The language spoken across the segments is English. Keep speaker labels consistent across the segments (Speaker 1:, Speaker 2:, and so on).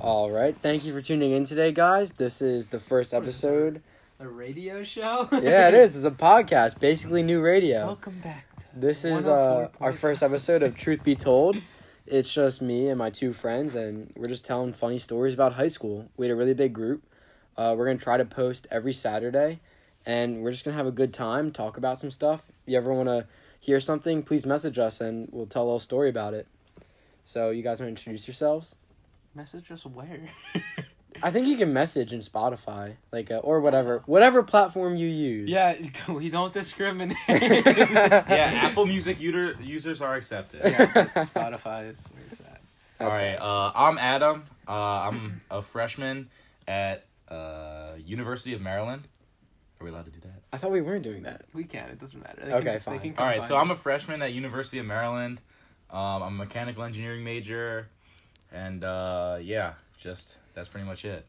Speaker 1: All right. Thank you for tuning in today, guys. This is the first
Speaker 2: What is this?
Speaker 1: episode.
Speaker 2: A radio show?
Speaker 1: yeah, it is. It's a podcast, basically new radio.
Speaker 2: Welcome back. To
Speaker 1: This is
Speaker 2: oh
Speaker 3: oh
Speaker 1: uh, our first episode of Truth Be Told. It's just me and my two friends, and we're just telling funny stories about high school. We had a really big group. Uh, we're gonna try to post every Saturday, and we're just gonna have a good time, talk about some stuff. If you ever wanna hear something, please message us, and we'll tell a little story about it. So you guys wanna introduce yourselves?
Speaker 2: Message us where?
Speaker 1: I think you can message in Spotify, like uh, or whatever, whatever platform you use.
Speaker 2: yeah, we don't discriminate.
Speaker 3: yeah, Apple Music user, users are accepted.
Speaker 2: Yeah, Spotify is where it's at.
Speaker 3: All right, uh, I'm Adam. Uh, I'm a freshman at uh, University of Maryland. Are we allowed to do that?
Speaker 1: I thought we weren't doing that.
Speaker 2: We can. It doesn't matter. They
Speaker 1: Okay,
Speaker 2: they
Speaker 1: fine.
Speaker 2: can come
Speaker 3: All right, so
Speaker 2: find
Speaker 3: I'm a
Speaker 2: us.
Speaker 3: freshman at University of Maryland. Um, I'm a mechanical engineering major, and uh, yeah, just that's pretty much it.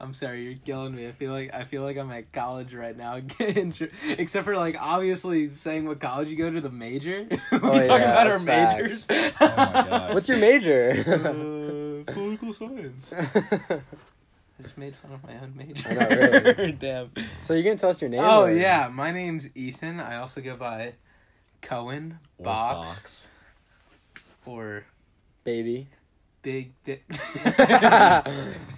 Speaker 2: I'm sorry, you're killing me. I feel like I feel like I'm at college right now, getting tr- except for like obviously saying what college you go to, the major. we talk
Speaker 1: Oh, yeah,
Speaker 2: about our
Speaker 1: that's facts.
Speaker 2: majors. Oh
Speaker 3: my God.
Speaker 1: What's your major?
Speaker 2: uh, political science. I just made fun of my own major.
Speaker 1: I know, really.
Speaker 2: Damn.
Speaker 1: so you can tell us your name.
Speaker 2: Oh
Speaker 1: or-
Speaker 2: yeah, my name's Ethan. I also go by Cohen
Speaker 3: Or
Speaker 2: Box, or
Speaker 1: baby.
Speaker 2: Big Dick.
Speaker 3: Hey,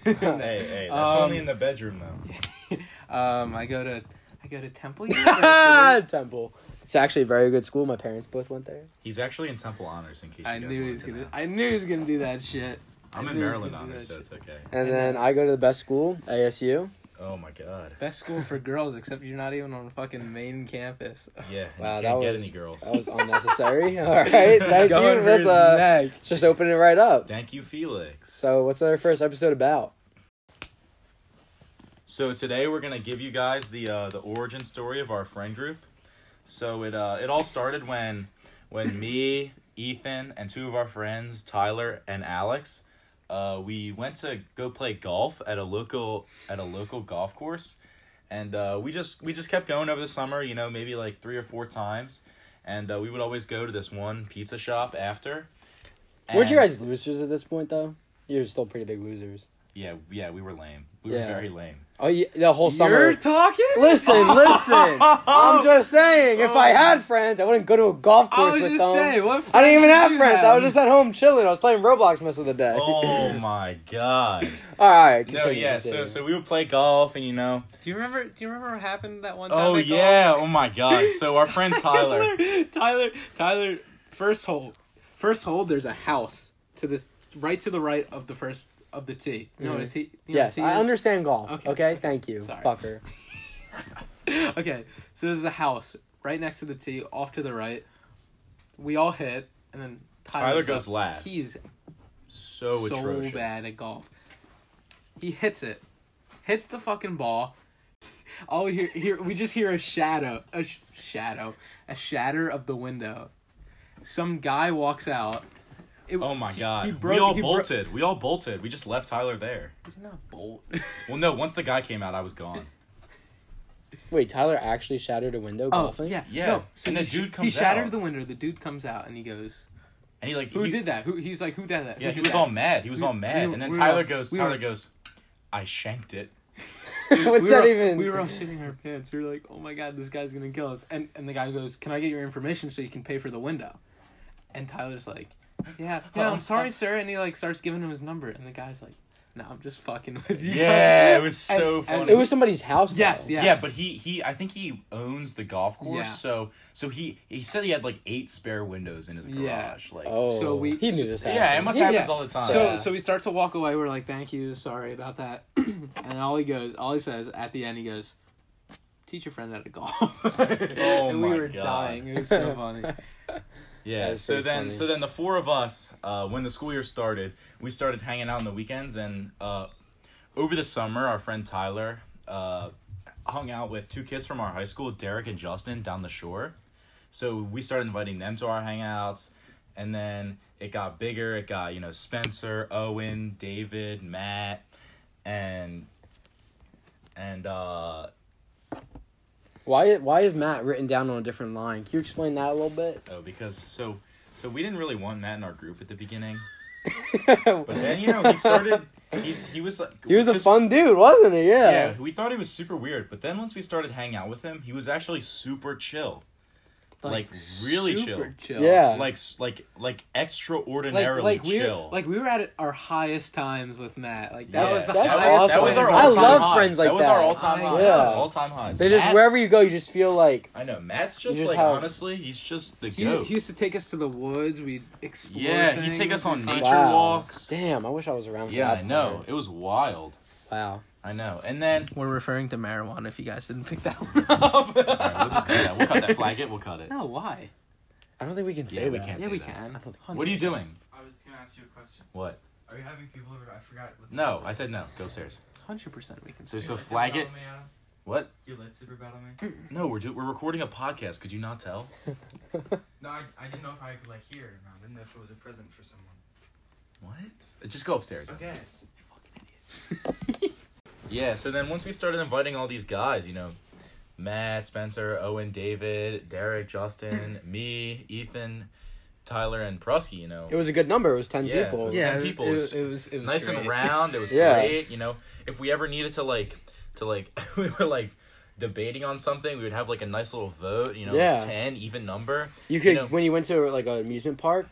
Speaker 3: hey, that's
Speaker 2: Um,
Speaker 3: only in the bedroom though.
Speaker 2: um, I go to I go to Temple University.
Speaker 1: Temple. It's actually a very good school. My parents both went there.
Speaker 3: He's actually in Temple Honors. In case you
Speaker 2: I
Speaker 3: guys
Speaker 2: knew he
Speaker 3: wanted
Speaker 2: was
Speaker 3: to
Speaker 2: gonna.
Speaker 3: know.
Speaker 2: I knew he was gonna do that shit. I
Speaker 3: I'm
Speaker 2: knew
Speaker 3: in
Speaker 2: he was
Speaker 3: Maryland
Speaker 2: gonna do
Speaker 3: Honors,
Speaker 2: that
Speaker 3: so it's
Speaker 2: shit.
Speaker 3: okay.
Speaker 1: And then I go to the best school, ASU.
Speaker 3: Oh my god.
Speaker 2: Best school for girls, except you're not even on fucking main campus.
Speaker 3: Yeah. and
Speaker 1: Wow,
Speaker 3: you
Speaker 1: that
Speaker 3: can't get
Speaker 1: was-
Speaker 3: any girls.
Speaker 1: That was unnecessary. All right, thank
Speaker 2: Going
Speaker 1: you.
Speaker 2: for
Speaker 1: That's
Speaker 2: his
Speaker 1: uh,
Speaker 2: neck.
Speaker 1: just opening it right up.
Speaker 3: Thank you, Felix.
Speaker 1: So what's our first episode about?
Speaker 3: So today we're gonna give you guys the uh, the origin story of our friend group. So it uh, it all started when when me, Ethan, and two of our friends, Tyler and Alex, uh, we went to go play golf at a local at a local golf course, and uh, we just we just kept going over the summer. You know, maybe like three or four times, and uh, we would always go to this one pizza shop after.
Speaker 1: Weren't you
Speaker 3: And-
Speaker 1: guys losers at this point though? You're still pretty big losers.
Speaker 3: Yeah, yeah, we were lame. We
Speaker 1: Yeah.
Speaker 3: were very lame.
Speaker 1: Oh, yeah, the whole summer.
Speaker 2: You're talking.
Speaker 1: listen, listen. I'm just saying, if I had friends, I wouldn't go to a golf
Speaker 2: I
Speaker 1: course
Speaker 2: was
Speaker 1: with
Speaker 2: just
Speaker 1: them.
Speaker 2: saying. What
Speaker 1: I didn't even have
Speaker 2: you
Speaker 1: friends. I was just at home chilling. I was playing Roblox most of the day.
Speaker 3: Oh my god.
Speaker 1: All right.
Speaker 3: No,
Speaker 1: continue,
Speaker 3: yeah. So,
Speaker 1: continue.
Speaker 3: so we would play golf, and you know.
Speaker 2: Do you remember? Do you remember what happened that one time?
Speaker 3: Oh
Speaker 2: at golf?
Speaker 3: yeah. Oh my God. So our friend Tyler.
Speaker 2: Tyler, Tyler, first hole. First hole, there's a house to this right to the right of the first of the tee. You know what a tee? You know what a
Speaker 1: Mm-hmm. yes,
Speaker 2: tee
Speaker 1: I
Speaker 2: is?
Speaker 1: understand golf. Okay,
Speaker 2: Okay, okay.
Speaker 1: thank you,
Speaker 2: Sorry.
Speaker 1: fucker.
Speaker 2: Okay, so there's a house right next to the tee, off to the right. We all hit, and then Tyler's
Speaker 3: Tyler goes
Speaker 2: up.
Speaker 3: last.
Speaker 2: He's
Speaker 3: So
Speaker 2: so
Speaker 3: atrocious.
Speaker 2: bad at golf. He hits it, hits the fucking ball. All we hear, hear we just hear a shadow, a sh- shadow, a shatter of the window. Some guy walks out. It-
Speaker 3: Oh my
Speaker 2: he-
Speaker 3: God.
Speaker 2: He
Speaker 3: we
Speaker 2: broke.
Speaker 3: all
Speaker 2: He bro-
Speaker 3: bolted. we all bolted. We just left Tyler there.
Speaker 2: He did not bolt. Oh,
Speaker 3: Well, no. Once the guy came out, I was gone.
Speaker 1: Wait, Tyler actually shattered a window
Speaker 2: oh
Speaker 1: golfing.
Speaker 2: yeah,
Speaker 3: Yeah,
Speaker 2: No,
Speaker 3: so the
Speaker 2: he sh-
Speaker 3: dude
Speaker 2: He
Speaker 3: comes
Speaker 2: shattered
Speaker 3: out.
Speaker 2: the window. The dude comes out and he goes,
Speaker 3: And he like.
Speaker 2: "Who
Speaker 3: he,
Speaker 2: did that? Who?" He's like, "Who did that?"
Speaker 3: Yeah,
Speaker 2: Who
Speaker 3: he
Speaker 2: did
Speaker 3: was
Speaker 2: that?"
Speaker 3: all mad. He was
Speaker 2: We-
Speaker 3: all mad.
Speaker 2: we-
Speaker 3: and then
Speaker 2: we were
Speaker 3: Tyler
Speaker 2: all-
Speaker 3: goes.
Speaker 2: we were-
Speaker 3: Tyler goes. I shanked it.
Speaker 1: What's
Speaker 2: we
Speaker 1: that
Speaker 2: were,
Speaker 1: even?
Speaker 2: We were all shitting our pants. We were like, "Oh my god, this guy's gonna kill us!" And and the guy goes, "Can I get your information so you can pay for the window?" And Tyler's like, "Yeah, yeah, I'm sorry, sir." And he like starts giving him his number, and the guy's like, "No, I'm just fucking with you."
Speaker 3: Yeah, it was so
Speaker 2: And- and-
Speaker 3: funny.
Speaker 1: it was somebody's house.
Speaker 2: Yes,
Speaker 1: though.
Speaker 2: yes.
Speaker 3: Yeah, but he he I think he owns the golf course.
Speaker 2: Yeah.
Speaker 3: So so he he said he had like eight spare windows in his garage.
Speaker 2: Yeah.
Speaker 3: Like
Speaker 1: Oh,
Speaker 2: So we-
Speaker 1: he knew this.
Speaker 2: so-
Speaker 3: yeah, it
Speaker 1: happened.
Speaker 3: must
Speaker 2: Yeah,
Speaker 3: happens
Speaker 2: yeah.
Speaker 3: all the time.
Speaker 2: So
Speaker 1: Yeah.
Speaker 2: so we start to walk away. We're like, "Thank you, sorry about that." and all he goes, all he says at the end, he goes, "Teach your friend how to golf."
Speaker 3: Oh
Speaker 2: and we
Speaker 3: my
Speaker 2: were
Speaker 3: God.
Speaker 2: dying. It was so funny.
Speaker 3: Yeah.
Speaker 1: That's
Speaker 3: So
Speaker 1: pretty
Speaker 3: then,
Speaker 1: funny.
Speaker 3: so then the four of us, uh, when the school year started, we started hanging out on the weekends, and uh, over the summer, our friend Tyler uh, hung out with two kids from our high school, Derek and Justin, down the shore. So we started inviting them to our hangouts, and then it got bigger. It got you know Spencer, Owen, David, Matt, and and uh,
Speaker 1: Why? Why is Matt written down on a different line? Can you explain that a little bit?
Speaker 3: Oh, because so so we didn't really want Matt in our group at the beginning. But then you know he started. He's, he was like
Speaker 1: He was a
Speaker 3: 'cause-
Speaker 1: fun dude, wasn't he? Yeah.
Speaker 3: Yeah, we thought he was super weird, but then once we started hanging out with him, he was actually super chill, Like, really
Speaker 2: super chill.
Speaker 1: Yeah.
Speaker 3: like s- like like extraordinarily
Speaker 2: Like, like we
Speaker 3: chill.
Speaker 2: like we were at our highest times with Matt. Like that
Speaker 3: Yeah.
Speaker 2: was the
Speaker 1: That's
Speaker 2: highest.
Speaker 1: awesome.
Speaker 3: That was our
Speaker 1: I
Speaker 3: all-time
Speaker 1: love
Speaker 3: highs.
Speaker 1: friends like
Speaker 3: that. was
Speaker 1: that.
Speaker 3: our all-time highs.
Speaker 1: Yeah.
Speaker 3: All-time highs.
Speaker 1: They just
Speaker 3: Matt-
Speaker 1: wherever you go, you just feel like
Speaker 3: I know Matt's just
Speaker 1: just
Speaker 3: like
Speaker 1: have-
Speaker 3: honestly, he's just the
Speaker 2: He,
Speaker 3: goat.
Speaker 2: he used to take us to the woods. We'd explore.
Speaker 3: Yeah, he'd take
Speaker 2: things,
Speaker 3: us on
Speaker 2: we'd
Speaker 3: nature
Speaker 2: find-
Speaker 1: wow.
Speaker 3: walks.
Speaker 1: Damn, I wish I was around. for
Speaker 3: Yeah,
Speaker 1: that
Speaker 3: I know.
Speaker 1: part.
Speaker 3: It was wild.
Speaker 1: Wow.
Speaker 3: I know. And then
Speaker 2: We're referring to marijuana. If you guys didn't pick that one up.
Speaker 3: all right, we'll just cut that. We'll cut that flag. It. We'll cut it.
Speaker 2: no, why?
Speaker 1: I don't think we can say
Speaker 3: Yeah,
Speaker 1: that.
Speaker 3: we can't.
Speaker 2: Yeah,
Speaker 3: say
Speaker 2: we
Speaker 3: that.
Speaker 2: can.
Speaker 1: I don't think-
Speaker 3: What are you doing?
Speaker 4: I was gonna ask you a question.
Speaker 3: What?
Speaker 4: Are you having people over? I forgot. what the
Speaker 3: No,
Speaker 4: concept
Speaker 3: I said
Speaker 4: is.
Speaker 3: no. Go upstairs.
Speaker 2: Hundred percent, we can.
Speaker 3: So
Speaker 2: say
Speaker 3: so
Speaker 4: You lightsaber
Speaker 3: flag it. Hmm.
Speaker 4: battle me, Adam?
Speaker 3: What?
Speaker 4: You lightsaber battle me?
Speaker 3: No, we're do- we're recording a podcast. Could you not tell?
Speaker 4: No, I, I didn't know if I could like hear it or not. I didn't know if it was a present for someone.
Speaker 3: What? Just go upstairs.
Speaker 4: Okay.
Speaker 3: Yeah, so then once we started inviting all these guys, you know, Matt, Spencer, Owen, David, Derek, Justin, me, Ethan, Tyler, and Prusky, you know.
Speaker 1: It was a good number. It was ten
Speaker 3: Yeah,
Speaker 1: people.
Speaker 3: it was Yeah. 10 people.
Speaker 2: It, was- it was. It was
Speaker 3: nice
Speaker 2: great.
Speaker 3: and round. It was
Speaker 1: Yeah.
Speaker 3: great, you know. If we ever needed to like to like we were like debating on something, we would have like a nice little vote, you know, it was
Speaker 1: Yeah.
Speaker 3: ten, even number.
Speaker 1: You could
Speaker 3: know-
Speaker 1: when you went to like an amusement park,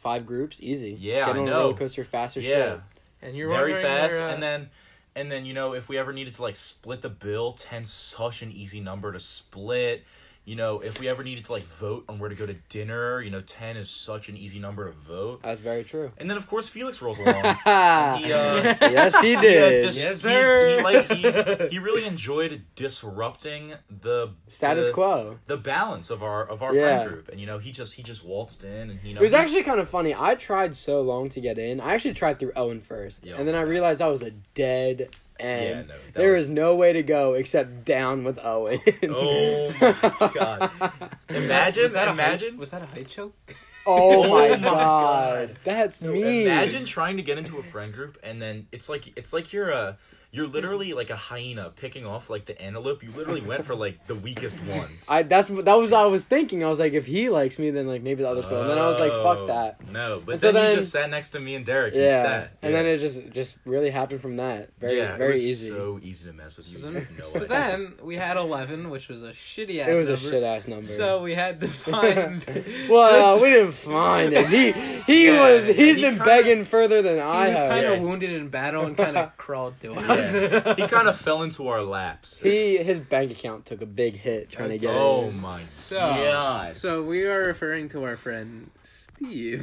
Speaker 1: five groups, easy.
Speaker 3: Yeah,
Speaker 1: Get
Speaker 3: I
Speaker 1: on
Speaker 3: know.
Speaker 1: a roller coaster faster.
Speaker 3: Yeah.
Speaker 2: And you're
Speaker 3: very
Speaker 2: wondering
Speaker 3: fast.
Speaker 2: where, uh,
Speaker 3: And then and then, you know, if we ever needed to like split the bill, ten such an easy number to split. You know, if we ever needed to like vote on where to go to dinner, you know, ten is such an easy number to vote.
Speaker 1: that's very true.
Speaker 3: And then of course Felix rolls along.
Speaker 1: Ha!
Speaker 3: he uh
Speaker 1: yes, he
Speaker 3: he, uh,
Speaker 1: did.
Speaker 3: dis-
Speaker 2: Yes,
Speaker 3: he-
Speaker 2: sir.
Speaker 3: He, like, he, he really enjoyed disrupting the
Speaker 1: Status
Speaker 3: the-
Speaker 1: quo.
Speaker 3: the balance of our of our
Speaker 1: Yeah.
Speaker 3: friend group, and you know he just he just waltzed in, and he you know,
Speaker 1: It was
Speaker 3: he-
Speaker 1: actually kind of funny. I tried so long to get in. I actually tried through Owen first,
Speaker 3: Yeah.
Speaker 1: and then I realized I was a dead end.
Speaker 3: Yeah, no, that
Speaker 1: there
Speaker 3: was-
Speaker 1: was no way to go except down with Owen.
Speaker 3: oh my
Speaker 2: was
Speaker 3: god!
Speaker 2: that-
Speaker 3: Imagine,
Speaker 2: was that a height-
Speaker 3: imagine,
Speaker 2: was that a height choke?
Speaker 1: Oh my,
Speaker 3: my
Speaker 1: god. that's mean.
Speaker 3: imagine trying to get into a friend group, and then it's like it's like you're a you're literally like a hyena picking off like the antelope. You literally went for like the weakest one.
Speaker 1: I that's what- that was what I was thinking. I was like, if he likes me, then like maybe the others will. And then I was like,
Speaker 3: Oh,
Speaker 1: fuck that.
Speaker 3: No, but
Speaker 1: And so
Speaker 3: then,
Speaker 1: then-
Speaker 3: he just sat next to me and Derek
Speaker 1: Yeah.
Speaker 3: instead.
Speaker 1: And then it just just really happened from that. Very
Speaker 3: yeah, it
Speaker 1: very
Speaker 3: was
Speaker 1: easy.
Speaker 3: so easy to mess with you.
Speaker 2: So
Speaker 3: you
Speaker 2: then,
Speaker 3: have no
Speaker 2: so
Speaker 3: idea.
Speaker 2: then we had 11, which was a shitty ass
Speaker 1: it was a
Speaker 2: number.
Speaker 1: shit ass number.
Speaker 2: So we had to find.
Speaker 1: well, we didn't find it. He he
Speaker 3: Yeah,
Speaker 1: was he's
Speaker 3: he
Speaker 1: been
Speaker 3: kinda-
Speaker 1: begging further than I
Speaker 2: He was
Speaker 1: have.
Speaker 2: kind
Speaker 3: Yeah.
Speaker 2: of wounded in battle and kind of crawled to us.
Speaker 3: Yeah. he kind of fell into our laps.
Speaker 1: He his bank account took a big hit trying to get
Speaker 3: Oh
Speaker 1: it.
Speaker 3: my
Speaker 2: So-
Speaker 3: god!
Speaker 2: So we are referring to our friend Steve.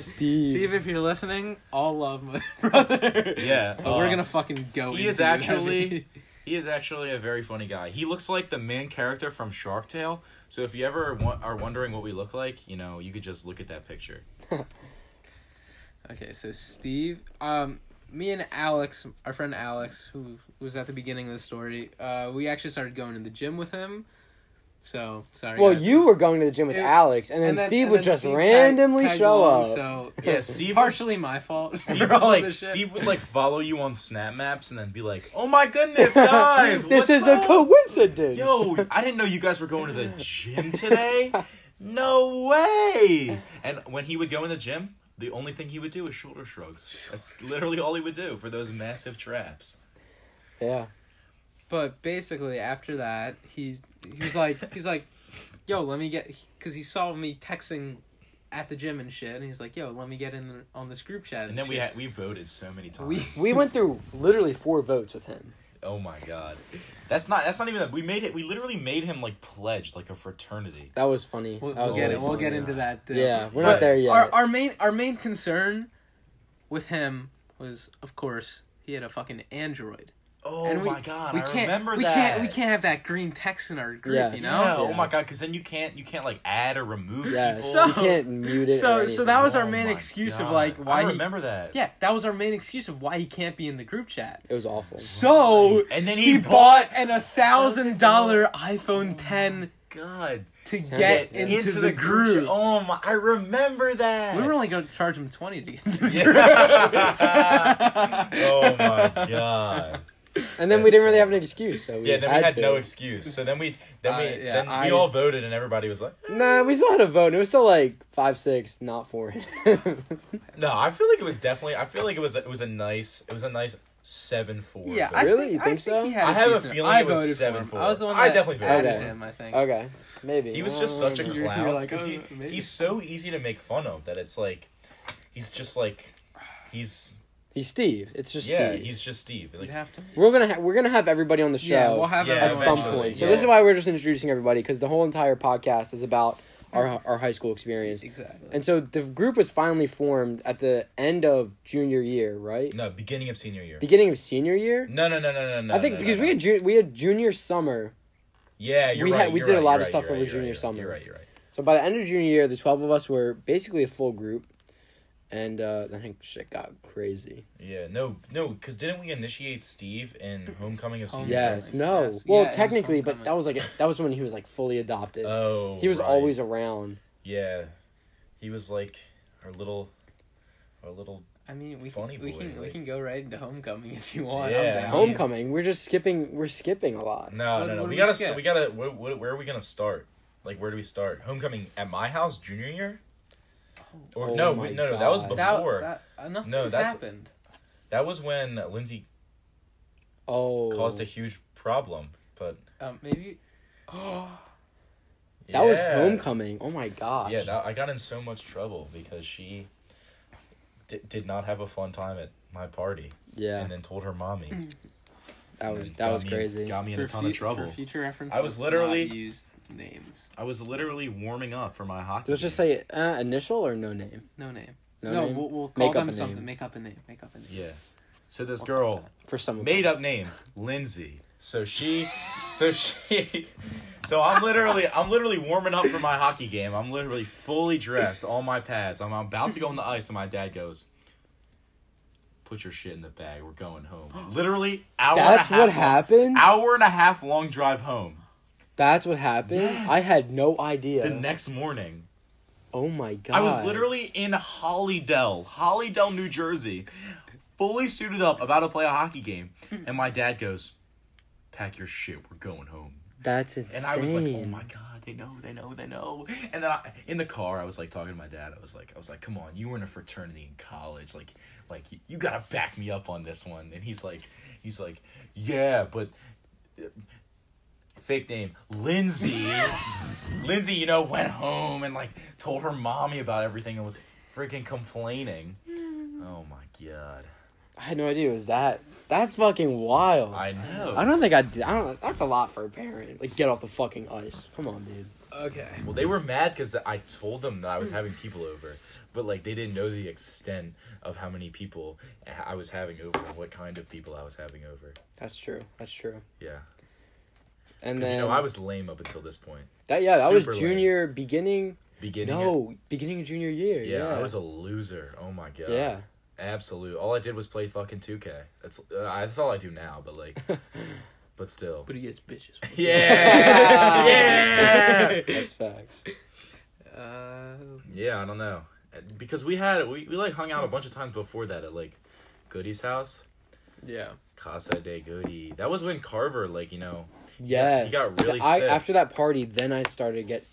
Speaker 1: Steve.
Speaker 2: Steve, if you're listening, all love, my brother.
Speaker 3: Yeah,
Speaker 2: But we're
Speaker 3: uh,
Speaker 2: gonna fucking go.
Speaker 3: he
Speaker 2: into
Speaker 3: is
Speaker 2: you,
Speaker 3: actually- He is actually a very funny guy. He looks like the main character from Shark Tale. So if you ever wa- are wondering what we look like, you know, you could just look at that picture.
Speaker 2: Okay, so Steve, um, me and Alex, our friend Alex, who was at the beginning of the story, uh, we actually started going to the gym with him. So sorry.
Speaker 1: Well,
Speaker 2: guys.
Speaker 1: you were going to the gym with
Speaker 2: It-
Speaker 1: Alex, and then
Speaker 2: And then-
Speaker 1: Steve
Speaker 2: and
Speaker 1: would
Speaker 2: then
Speaker 1: just
Speaker 2: Steve tag-
Speaker 1: randomly
Speaker 2: tagged
Speaker 1: show
Speaker 2: along,
Speaker 1: up.
Speaker 2: So
Speaker 3: Yeah,
Speaker 2: it's
Speaker 3: Steve-
Speaker 2: partially my fault.
Speaker 3: Steve
Speaker 2: for
Speaker 3: would,
Speaker 2: all
Speaker 3: like
Speaker 2: this shit.
Speaker 3: Steve would like follow you on Snap Maps and then be like, "Oh my goodness, guys,
Speaker 1: this
Speaker 3: what's
Speaker 1: is
Speaker 3: up?
Speaker 1: a coincidence.
Speaker 3: Yo, I didn't know you guys were going to the gym today. No way! And when he would go in the gym, the only thing he would do is shoulder shrugs. That's literally all he would do for those massive traps.
Speaker 1: yeah.
Speaker 2: But basically, after that, he he was like he's like, yo, let me get because he saw me texting at the gym and shit, and he's like, yo, let me get in on this group chat.
Speaker 3: And then we
Speaker 2: shit.
Speaker 3: had we voted so many times.
Speaker 2: We-
Speaker 1: We went through literally four votes with him.
Speaker 3: oh my god, that's not that's not even we made it. We literally made him like pledge like a fraternity.
Speaker 1: That was funny.
Speaker 2: We'll,
Speaker 1: that was
Speaker 2: we'll get
Speaker 1: really
Speaker 2: it. We'll
Speaker 1: funny.
Speaker 2: get into that. Too.
Speaker 1: Yeah, we're
Speaker 3: But
Speaker 1: not there yet.
Speaker 2: Our our main our main concern with him was, of course, he had a fucking Android.
Speaker 3: Oh
Speaker 2: And we-
Speaker 3: my god,
Speaker 2: we
Speaker 3: I
Speaker 2: can't.
Speaker 3: remember
Speaker 2: we
Speaker 3: that.
Speaker 2: can't. We can't have that green text in our group.
Speaker 1: Yes.
Speaker 2: You
Speaker 3: No,
Speaker 2: know.
Speaker 3: oh my
Speaker 1: Yes.
Speaker 3: god, because then you can't you can't like add or remove.
Speaker 1: yes,
Speaker 3: people.
Speaker 2: So-
Speaker 1: you can't mute it. or
Speaker 2: So so
Speaker 1: anything.
Speaker 2: that was our
Speaker 3: Oh
Speaker 2: main
Speaker 3: my
Speaker 2: excuse of
Speaker 3: God.
Speaker 2: like why
Speaker 3: I
Speaker 2: he-
Speaker 3: remember that.
Speaker 2: yeah that was our main excuse of why he can't be in the group chat.
Speaker 1: It was awful.
Speaker 2: So
Speaker 3: And then
Speaker 2: Oh, he
Speaker 3: he
Speaker 2: bought
Speaker 3: bought
Speaker 2: an a thousand dollar iPhone
Speaker 3: Mm.
Speaker 2: ten
Speaker 3: God.
Speaker 2: to
Speaker 1: Ten.
Speaker 2: get
Speaker 1: Yeah.
Speaker 2: into, the, group.
Speaker 3: Oh my! I remember that.
Speaker 2: We were only gonna charge him twenty to get.
Speaker 3: Oh Yeah. oh my god.
Speaker 1: And then we didn't really have an excuse, so we
Speaker 3: Yeah, then we
Speaker 1: had,
Speaker 3: had
Speaker 1: to.
Speaker 3: no excuse. So then we then
Speaker 2: Uh,
Speaker 3: we
Speaker 2: yeah,
Speaker 3: then
Speaker 2: I-
Speaker 3: we all voted and everybody was like,
Speaker 1: Nah, we still had a vote. and It was still like five six, not four.
Speaker 3: "No, I feel like it was definitely I feel like it was it was a nice it was a nice 7-4.
Speaker 2: Yeah,
Speaker 3: vote.
Speaker 2: I
Speaker 1: Really?
Speaker 2: Think,
Speaker 1: You
Speaker 2: I
Speaker 1: think so?
Speaker 2: He had
Speaker 3: I have a
Speaker 2: decent-
Speaker 3: feeling
Speaker 2: I
Speaker 3: it was
Speaker 2: voted for him.
Speaker 3: 7-4.
Speaker 2: I was the one that
Speaker 3: I definitely voted
Speaker 2: added
Speaker 1: for him.
Speaker 2: him. I think.
Speaker 1: okay, maybe
Speaker 3: He was just
Speaker 1: I don't
Speaker 3: such a
Speaker 1: know.
Speaker 2: You're- you're
Speaker 3: clown
Speaker 2: like,
Speaker 3: because
Speaker 2: "Oh,
Speaker 3: he,
Speaker 2: maybe."
Speaker 3: he's so easy to make fun of that it's like he's just like he's
Speaker 1: He's Steve. It's just
Speaker 3: yeah
Speaker 1: Steve.
Speaker 3: he's just Steve.
Speaker 2: You'd
Speaker 3: Like,
Speaker 2: have to.
Speaker 1: We're gonna ha- we're gonna have everybody on the show
Speaker 2: Yeah, we'll have
Speaker 3: Yeah,
Speaker 1: at
Speaker 2: everyone
Speaker 1: some
Speaker 2: eventually,
Speaker 1: point. So
Speaker 3: yeah.
Speaker 1: this is why we're just introducing everybody because the whole entire podcast is about our our high school experience.
Speaker 2: Exactly.
Speaker 1: And so the group was finally formed at the end of junior year, right?
Speaker 3: no, beginning of senior year.
Speaker 1: Beginning of senior year.
Speaker 3: No, no, no, no, no, no.
Speaker 1: I think
Speaker 3: no,
Speaker 1: because
Speaker 3: no,
Speaker 1: we
Speaker 3: no.
Speaker 1: had ju- we had junior summer.
Speaker 3: yeah, you're
Speaker 1: we
Speaker 3: right.
Speaker 1: had- we
Speaker 3: you're
Speaker 1: did a
Speaker 3: right,
Speaker 1: lot
Speaker 3: you're
Speaker 1: of
Speaker 3: right,
Speaker 1: stuff
Speaker 3: you're
Speaker 1: over
Speaker 3: right, you're
Speaker 1: junior
Speaker 3: right,
Speaker 1: summer.
Speaker 3: You're right. You're right.
Speaker 1: So by the end of junior year, the twelve of us were basically a full group, and uh, I think shit got crazy.
Speaker 3: Yeah, no, no, because didn't we initiate Steve in Homecoming of Senior?
Speaker 2: Homecoming.
Speaker 1: Yes, no.
Speaker 2: Yes.
Speaker 1: Well,
Speaker 2: Yeah, it was
Speaker 1: technically, but
Speaker 2: homecoming.
Speaker 1: that was like that was when he was like fully adopted.
Speaker 3: year? Oh,
Speaker 1: he was
Speaker 3: right.
Speaker 1: always around.
Speaker 3: yeah. He was like our little, our little.
Speaker 2: I mean, we
Speaker 3: Funny
Speaker 2: can, we
Speaker 3: boy,
Speaker 2: can we
Speaker 3: like-
Speaker 2: can go right into homecoming if you want.
Speaker 3: Yeah.
Speaker 2: I'm down.
Speaker 1: Homecoming. We're just skipping. We're skipping a lot.
Speaker 3: No,
Speaker 2: What-
Speaker 3: no,
Speaker 2: what do
Speaker 3: no. We
Speaker 2: we
Speaker 3: gotta,
Speaker 2: skip?
Speaker 3: st- we gotta. Where, where, where are we gonna start? Like, where do we start? Homecoming at my house, junior year. Or
Speaker 1: Oh
Speaker 3: no,
Speaker 1: my
Speaker 3: wait, no, no. That was
Speaker 1: God.
Speaker 3: before.
Speaker 2: That,
Speaker 3: That,
Speaker 2: that, uh, nothing
Speaker 3: No, that's-
Speaker 2: happened.
Speaker 3: was when Lindsay
Speaker 1: Oh,
Speaker 3: caused a huge problem. But
Speaker 2: Um, maybe. Oh,
Speaker 1: that was
Speaker 3: yeah.
Speaker 1: homecoming. Oh my gosh.
Speaker 3: Yeah, that, I got in so much trouble because she di- did not have a fun time at my party,
Speaker 1: yeah.
Speaker 3: and then told her mommy.
Speaker 1: that was
Speaker 3: And
Speaker 1: that
Speaker 3: got
Speaker 1: was
Speaker 3: me-
Speaker 1: crazy.
Speaker 3: Got me in a ton of trouble.
Speaker 2: For future reference,
Speaker 3: I was
Speaker 2: let's not
Speaker 3: literally-
Speaker 2: use names.
Speaker 3: I was literally warming up for my hockey.
Speaker 1: Let's just
Speaker 3: game.
Speaker 1: say uh, initial or no name.
Speaker 2: No name.
Speaker 1: No,
Speaker 2: No,
Speaker 1: name?
Speaker 2: we'll, we'll call
Speaker 1: Make up
Speaker 2: them
Speaker 1: a
Speaker 2: something.
Speaker 1: name.
Speaker 2: Make up a name. Make up a name.
Speaker 3: Yeah. So this
Speaker 2: We'll
Speaker 3: girl
Speaker 2: call
Speaker 1: for some of
Speaker 3: made up name Lindsay. So she, so she, so I'm literally, I'm literally warming up for my hockey game. I'm literally fully dressed, all my pads. I'm about to go on the ice, and my dad goes, "Put your shit in the bag. We're going home." Literally, hour. and a
Speaker 1: That's
Speaker 3: half
Speaker 1: what
Speaker 3: long-
Speaker 1: happened.
Speaker 3: Hour and a half long drive home.
Speaker 1: That's what happened.
Speaker 3: Yes.
Speaker 1: I had no idea.
Speaker 3: The next morning,
Speaker 1: oh my god.
Speaker 3: I was literally in Hollydale, Hollydale, New Jersey, fully suited up, about to play a hockey game, and my dad goes, "Pack your shit, we're going home."
Speaker 1: That's insane.
Speaker 3: And I was like, "Oh my god, they know, they know, they know." And then I, in the car, I was like talking to my dad. I was like, "I was like, come on, you were in a fraternity in college, like, like you, you gotta back me up on this one." And he's like, he's like, "Yeah, but." uh, Fake name Lindsay. Lindsay, you know, went home and like told her mommy about everything and was freaking complaining. Oh my god,
Speaker 1: I had no idea it was that. That's fucking wild.
Speaker 3: I know.
Speaker 1: I don't think I did. I don't. That's a lot for a parent. Like, get off the fucking ice. Come on, dude.
Speaker 2: Okay.
Speaker 3: Well, they were mad because I told them that I was having people over, but like they didn't know the extent of how many people I was having over, what kind of people I was having over.
Speaker 1: That's true. That's true.
Speaker 3: Yeah,
Speaker 1: And
Speaker 3: because
Speaker 1: then
Speaker 3: you know I was lame up until this point.
Speaker 1: that. Yeah, that was
Speaker 3: super late.
Speaker 1: junior beginning.
Speaker 3: Beginning.
Speaker 1: no, beginning of junior year.
Speaker 3: Yeah,
Speaker 1: Yeah,
Speaker 3: I was a loser. Oh my god.
Speaker 1: Yeah.
Speaker 3: Absolute. All I did was play fucking two K. That's uh, I- that's all I do now. But like, but still.
Speaker 2: But he gets bitches.
Speaker 3: yeah. yeah.
Speaker 1: That's facts.
Speaker 2: Uh,
Speaker 3: Yeah, I don't know. Because we had we, we like hung out a bunch of times before that at like Goody's house.
Speaker 2: yeah.
Speaker 3: Casa de Goody. That was when Carver, like, you know.
Speaker 1: Yes.
Speaker 3: you got really
Speaker 1: I,
Speaker 3: sick.
Speaker 1: After that party, then I started to get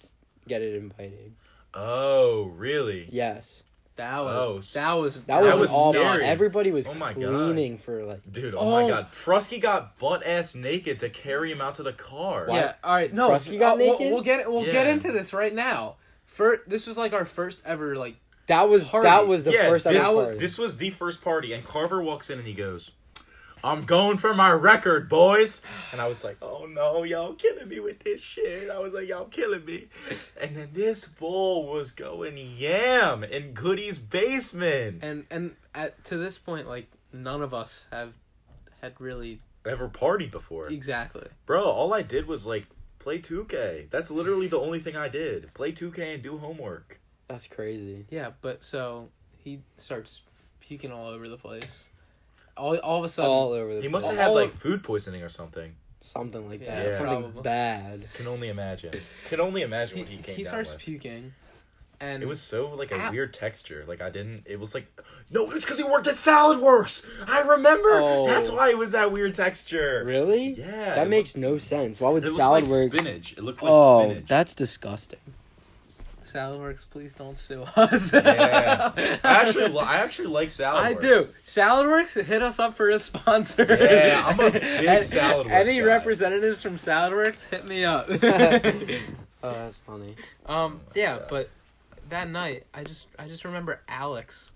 Speaker 1: get it invited.
Speaker 3: Oh, really?
Speaker 1: Yes,
Speaker 2: That
Speaker 3: Oh,
Speaker 2: was
Speaker 3: s-
Speaker 2: that was
Speaker 1: that was,
Speaker 3: was
Speaker 1: awful.
Speaker 3: scary.
Speaker 1: Everybody was
Speaker 3: Oh my God.
Speaker 1: cleaning for like.
Speaker 3: Dude, oh, my
Speaker 1: Oh.
Speaker 3: god. Prusky got butt ass naked to carry him out to the car.
Speaker 1: Why-
Speaker 2: Yeah. All right. No.
Speaker 1: Krusty got
Speaker 2: uh, we'll-
Speaker 1: naked?
Speaker 2: We'll, get we'll get
Speaker 3: Yeah.
Speaker 2: into this right now. For this was like our first ever like
Speaker 1: That was
Speaker 2: Party.
Speaker 1: that was the
Speaker 3: yeah,
Speaker 1: first
Speaker 3: this,
Speaker 1: ever party.
Speaker 3: was, this was the first party, and Carver walks in and he goes, I'm going for my record, boys. And I was like, oh no, y'all killing me with this shit. I was like, y'all killing me. And then this bull was going yam in Goody's basement.
Speaker 2: and and at to this point like none of us have had really
Speaker 3: Ever partied before.
Speaker 2: exactly.
Speaker 3: Bro, all I did was like play 2K. That's literally the only thing I did. Play 2K and do homework.
Speaker 1: That's crazy.
Speaker 2: Yeah. But so he starts puking all over the place. All all of a sudden.
Speaker 1: All over the.
Speaker 3: He must have
Speaker 1: place.
Speaker 3: had
Speaker 2: All-
Speaker 3: like food poisoning or something.
Speaker 1: something like
Speaker 2: Yeah,
Speaker 1: that.
Speaker 3: Yeah.
Speaker 1: Something
Speaker 2: probably.
Speaker 1: bad.
Speaker 3: Can only imagine. Can only imagine
Speaker 2: he,
Speaker 3: what he came
Speaker 2: he
Speaker 3: down
Speaker 2: starts
Speaker 3: with.
Speaker 2: puking and
Speaker 3: It was so like a
Speaker 2: Ow.
Speaker 3: weird texture. Like I didn't. It was like no. It's because he worked at Salad Works. I remember.
Speaker 1: Oh.
Speaker 3: That's why it was that weird texture.
Speaker 1: Really?
Speaker 3: Yeah,
Speaker 1: That
Speaker 3: it
Speaker 1: makes no sense. Why
Speaker 3: It
Speaker 1: would
Speaker 3: looked
Speaker 1: salad
Speaker 3: like
Speaker 1: work?
Speaker 3: spinach. It looked like
Speaker 1: oh,
Speaker 3: spinach.
Speaker 1: that's disgusting.
Speaker 2: SaladWorks. Please don't sue us.
Speaker 3: Yeah. I actually, li- I actually like Salad
Speaker 2: I
Speaker 3: Works.
Speaker 2: do. SalidWorks, hit us up for a sponsor.
Speaker 3: Yeah, I'm a big
Speaker 2: And-
Speaker 3: SalidWorks
Speaker 2: Any
Speaker 3: guy.
Speaker 2: representatives from SalidWorks, hit me up.
Speaker 1: Oh, that's funny.
Speaker 2: um,
Speaker 3: my
Speaker 2: yeah,
Speaker 3: God.
Speaker 2: but that night, I just, I just remember Alex.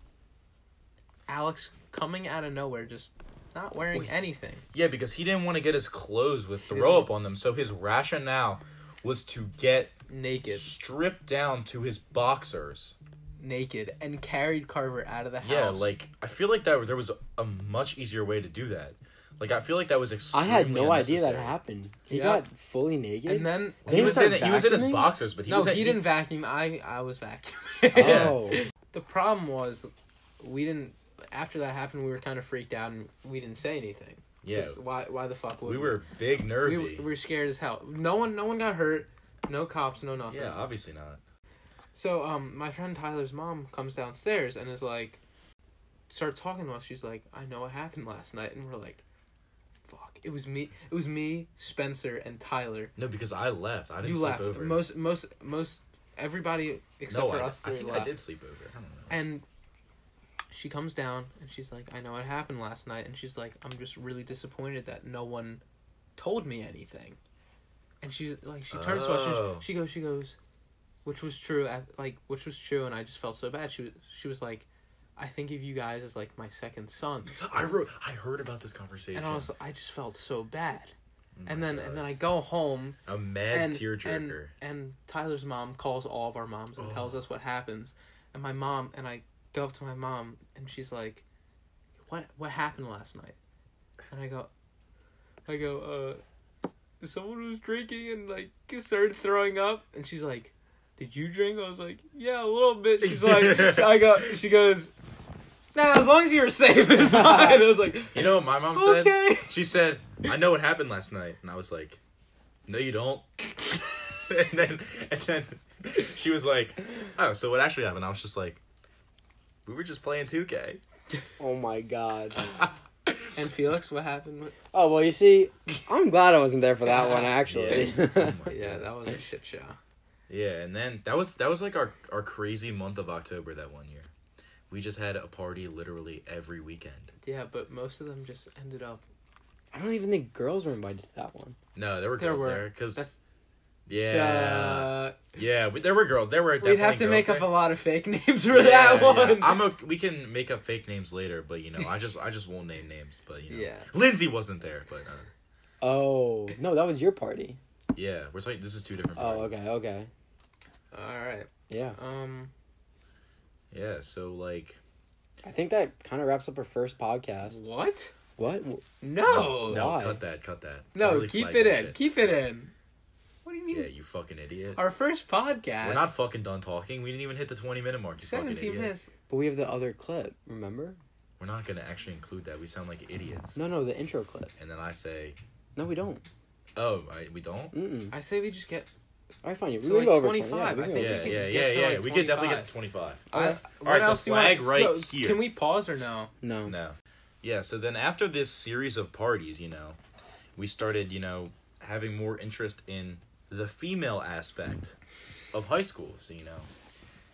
Speaker 2: Alex coming out of nowhere, just not wearing
Speaker 3: Wait.
Speaker 2: anything.
Speaker 3: Yeah, because he didn't want to get his clothes with throw up on them, so his rationale was to get
Speaker 2: Naked,
Speaker 3: stripped down to his boxers.
Speaker 2: naked, and carried Carver out of the house.
Speaker 3: Yeah, like I feel like that there was a much easier way to do that. Like I feel like that was
Speaker 1: I
Speaker 3: extremely.
Speaker 1: had no idea that
Speaker 3: unnecessary.
Speaker 1: happened. He
Speaker 2: Yeah.
Speaker 1: got fully naked.
Speaker 2: and then
Speaker 1: They
Speaker 3: He
Speaker 2: and
Speaker 3: was
Speaker 2: then-
Speaker 3: in
Speaker 1: start
Speaker 3: he was in his
Speaker 1: vacuuming?
Speaker 3: boxers, but he
Speaker 2: no,
Speaker 3: was at-
Speaker 2: he didn't vacuum. I, I was vacuuming.
Speaker 1: oh,
Speaker 2: the problem was we didn't after that happened we were kind of freaked out and we didn't say anything
Speaker 3: Yeah,
Speaker 2: 'Cause why why the fuck would
Speaker 3: we were big
Speaker 2: we,
Speaker 3: nervy.
Speaker 2: were- we were scared as hell no one no one got hurt no cops no nothing
Speaker 3: yeah, obviously not.
Speaker 2: so um my friend tyler's mom comes downstairs and is like starts talking to us she's like i know what happened last night and we're like fuck it was me it was me spencer and tyler
Speaker 3: No, because I left. I didn't
Speaker 2: you
Speaker 3: sleep
Speaker 2: left
Speaker 3: over.
Speaker 2: most most most everybody except
Speaker 3: no,
Speaker 2: for
Speaker 3: I,
Speaker 2: us
Speaker 3: I
Speaker 2: three
Speaker 3: think
Speaker 2: left
Speaker 3: I did sleep over. I don't know.
Speaker 2: and she comes down and she's like, I know what happened last night. And she's like, I'm just really disappointed that no one told me anything. And she like she turns to us
Speaker 3: Oh.
Speaker 2: and she, she goes she goes, which was true at like which was true and I just felt so bad. She was she was like, I think of you guys as like my second sons.
Speaker 3: I wrote. I heard about this conversation.
Speaker 2: And I was I just felt so bad.
Speaker 3: Oh my
Speaker 2: and then
Speaker 3: God.
Speaker 2: and then I go home
Speaker 3: a mad
Speaker 2: and, and,
Speaker 3: tearjerker.
Speaker 2: and Tyler's mom calls all of our moms and
Speaker 3: Oh.
Speaker 2: tells us what happens. And my mom and I go up to my mom and she's like, "What what happened last night?" And I go, I go, uh, someone was drinking and like started throwing up. And she's like, "Did you drink?" I was like, "Yeah, a little bit." She's like, I go, she goes, "Nah, as long as you were safe, it's fine." I was like,
Speaker 3: You know what my mom said?
Speaker 2: "Okay."
Speaker 3: She said, "I know what happened last night," and I was like, "No, you don't." and then, and then she was like, "Oh, so what actually happened?" I was just like, "We were just playing 2K."
Speaker 1: oh my god.
Speaker 2: And Felix, what happened? with-
Speaker 1: Oh well, you see, I'm glad I wasn't there for that one actually.
Speaker 3: Yeah. Oh my
Speaker 2: Yeah,
Speaker 3: God.
Speaker 2: that was a shit show.
Speaker 3: Yeah, and then that was that was like our our crazy month of October that one year. We just had a party literally every weekend.
Speaker 2: Yeah, but most of them just ended up.
Speaker 1: I don't even think girls were invited to that one.
Speaker 3: No, there were
Speaker 2: There
Speaker 3: girls
Speaker 2: were.
Speaker 3: there because
Speaker 2: That's- Uh,
Speaker 3: yeah, yeah, we, there were girls. There were.
Speaker 2: we'd
Speaker 3: Definitely
Speaker 2: have to
Speaker 3: girls
Speaker 2: make
Speaker 3: there.
Speaker 2: up a lot of fake names for
Speaker 3: Yeah,
Speaker 2: that
Speaker 3: yeah.
Speaker 2: one.
Speaker 3: I'm a, we can make up fake names later, but you know, I just I just won't name names, but you know.
Speaker 2: Yeah.
Speaker 3: Lindsay wasn't there, but uh,
Speaker 1: Oh no, that was your party.
Speaker 3: yeah, we're talking this is two different
Speaker 1: Oh
Speaker 3: parties.
Speaker 1: okay, okay,
Speaker 2: All right.
Speaker 1: yeah.
Speaker 2: Um.
Speaker 3: Yeah, so like
Speaker 1: I think that kind of wraps up our first podcast.
Speaker 2: What?
Speaker 1: What?
Speaker 2: No.
Speaker 3: no,
Speaker 1: why?
Speaker 3: cut that, cut that.
Speaker 2: No.
Speaker 3: I really
Speaker 2: keep
Speaker 3: flagged
Speaker 2: it in.
Speaker 3: that shit.
Speaker 2: Keep it in. What do you mean?
Speaker 3: Yeah, you fucking idiot.
Speaker 2: Our first podcast.
Speaker 3: We're not fucking done talking. We didn't even hit the 20 minute mark. You fucking
Speaker 2: Seventeen
Speaker 3: idiot.
Speaker 2: minutes.
Speaker 1: But we have the other clip. Remember?
Speaker 3: We're not going to actually include that. We sound like idiots.
Speaker 1: No, no, the intro clip.
Speaker 3: And then I say,
Speaker 1: No, we don't.
Speaker 3: "Oh, I, we don't?'t
Speaker 1: Mm.
Speaker 2: I say we just get.
Speaker 1: All right, fine. We
Speaker 2: So,
Speaker 1: can
Speaker 2: like,
Speaker 1: go over 20.
Speaker 2: 25,
Speaker 1: Yeah, we
Speaker 2: I
Speaker 1: can
Speaker 2: think
Speaker 1: go
Speaker 3: Yeah,
Speaker 1: over
Speaker 2: can
Speaker 3: yeah,
Speaker 2: get
Speaker 3: yeah,
Speaker 2: to,
Speaker 3: yeah.
Speaker 2: like,
Speaker 3: we can definitely get to 25.
Speaker 2: I,
Speaker 1: Okay.
Speaker 2: what
Speaker 3: Alright, so
Speaker 2: else do you want-
Speaker 3: flag right
Speaker 2: no,
Speaker 3: here.
Speaker 2: Can we pause or no?
Speaker 1: 20. No.
Speaker 3: No. Yeah, so then after this series of parties, you know, we started, you know, having more interest in the female aspect of high school. So, you know,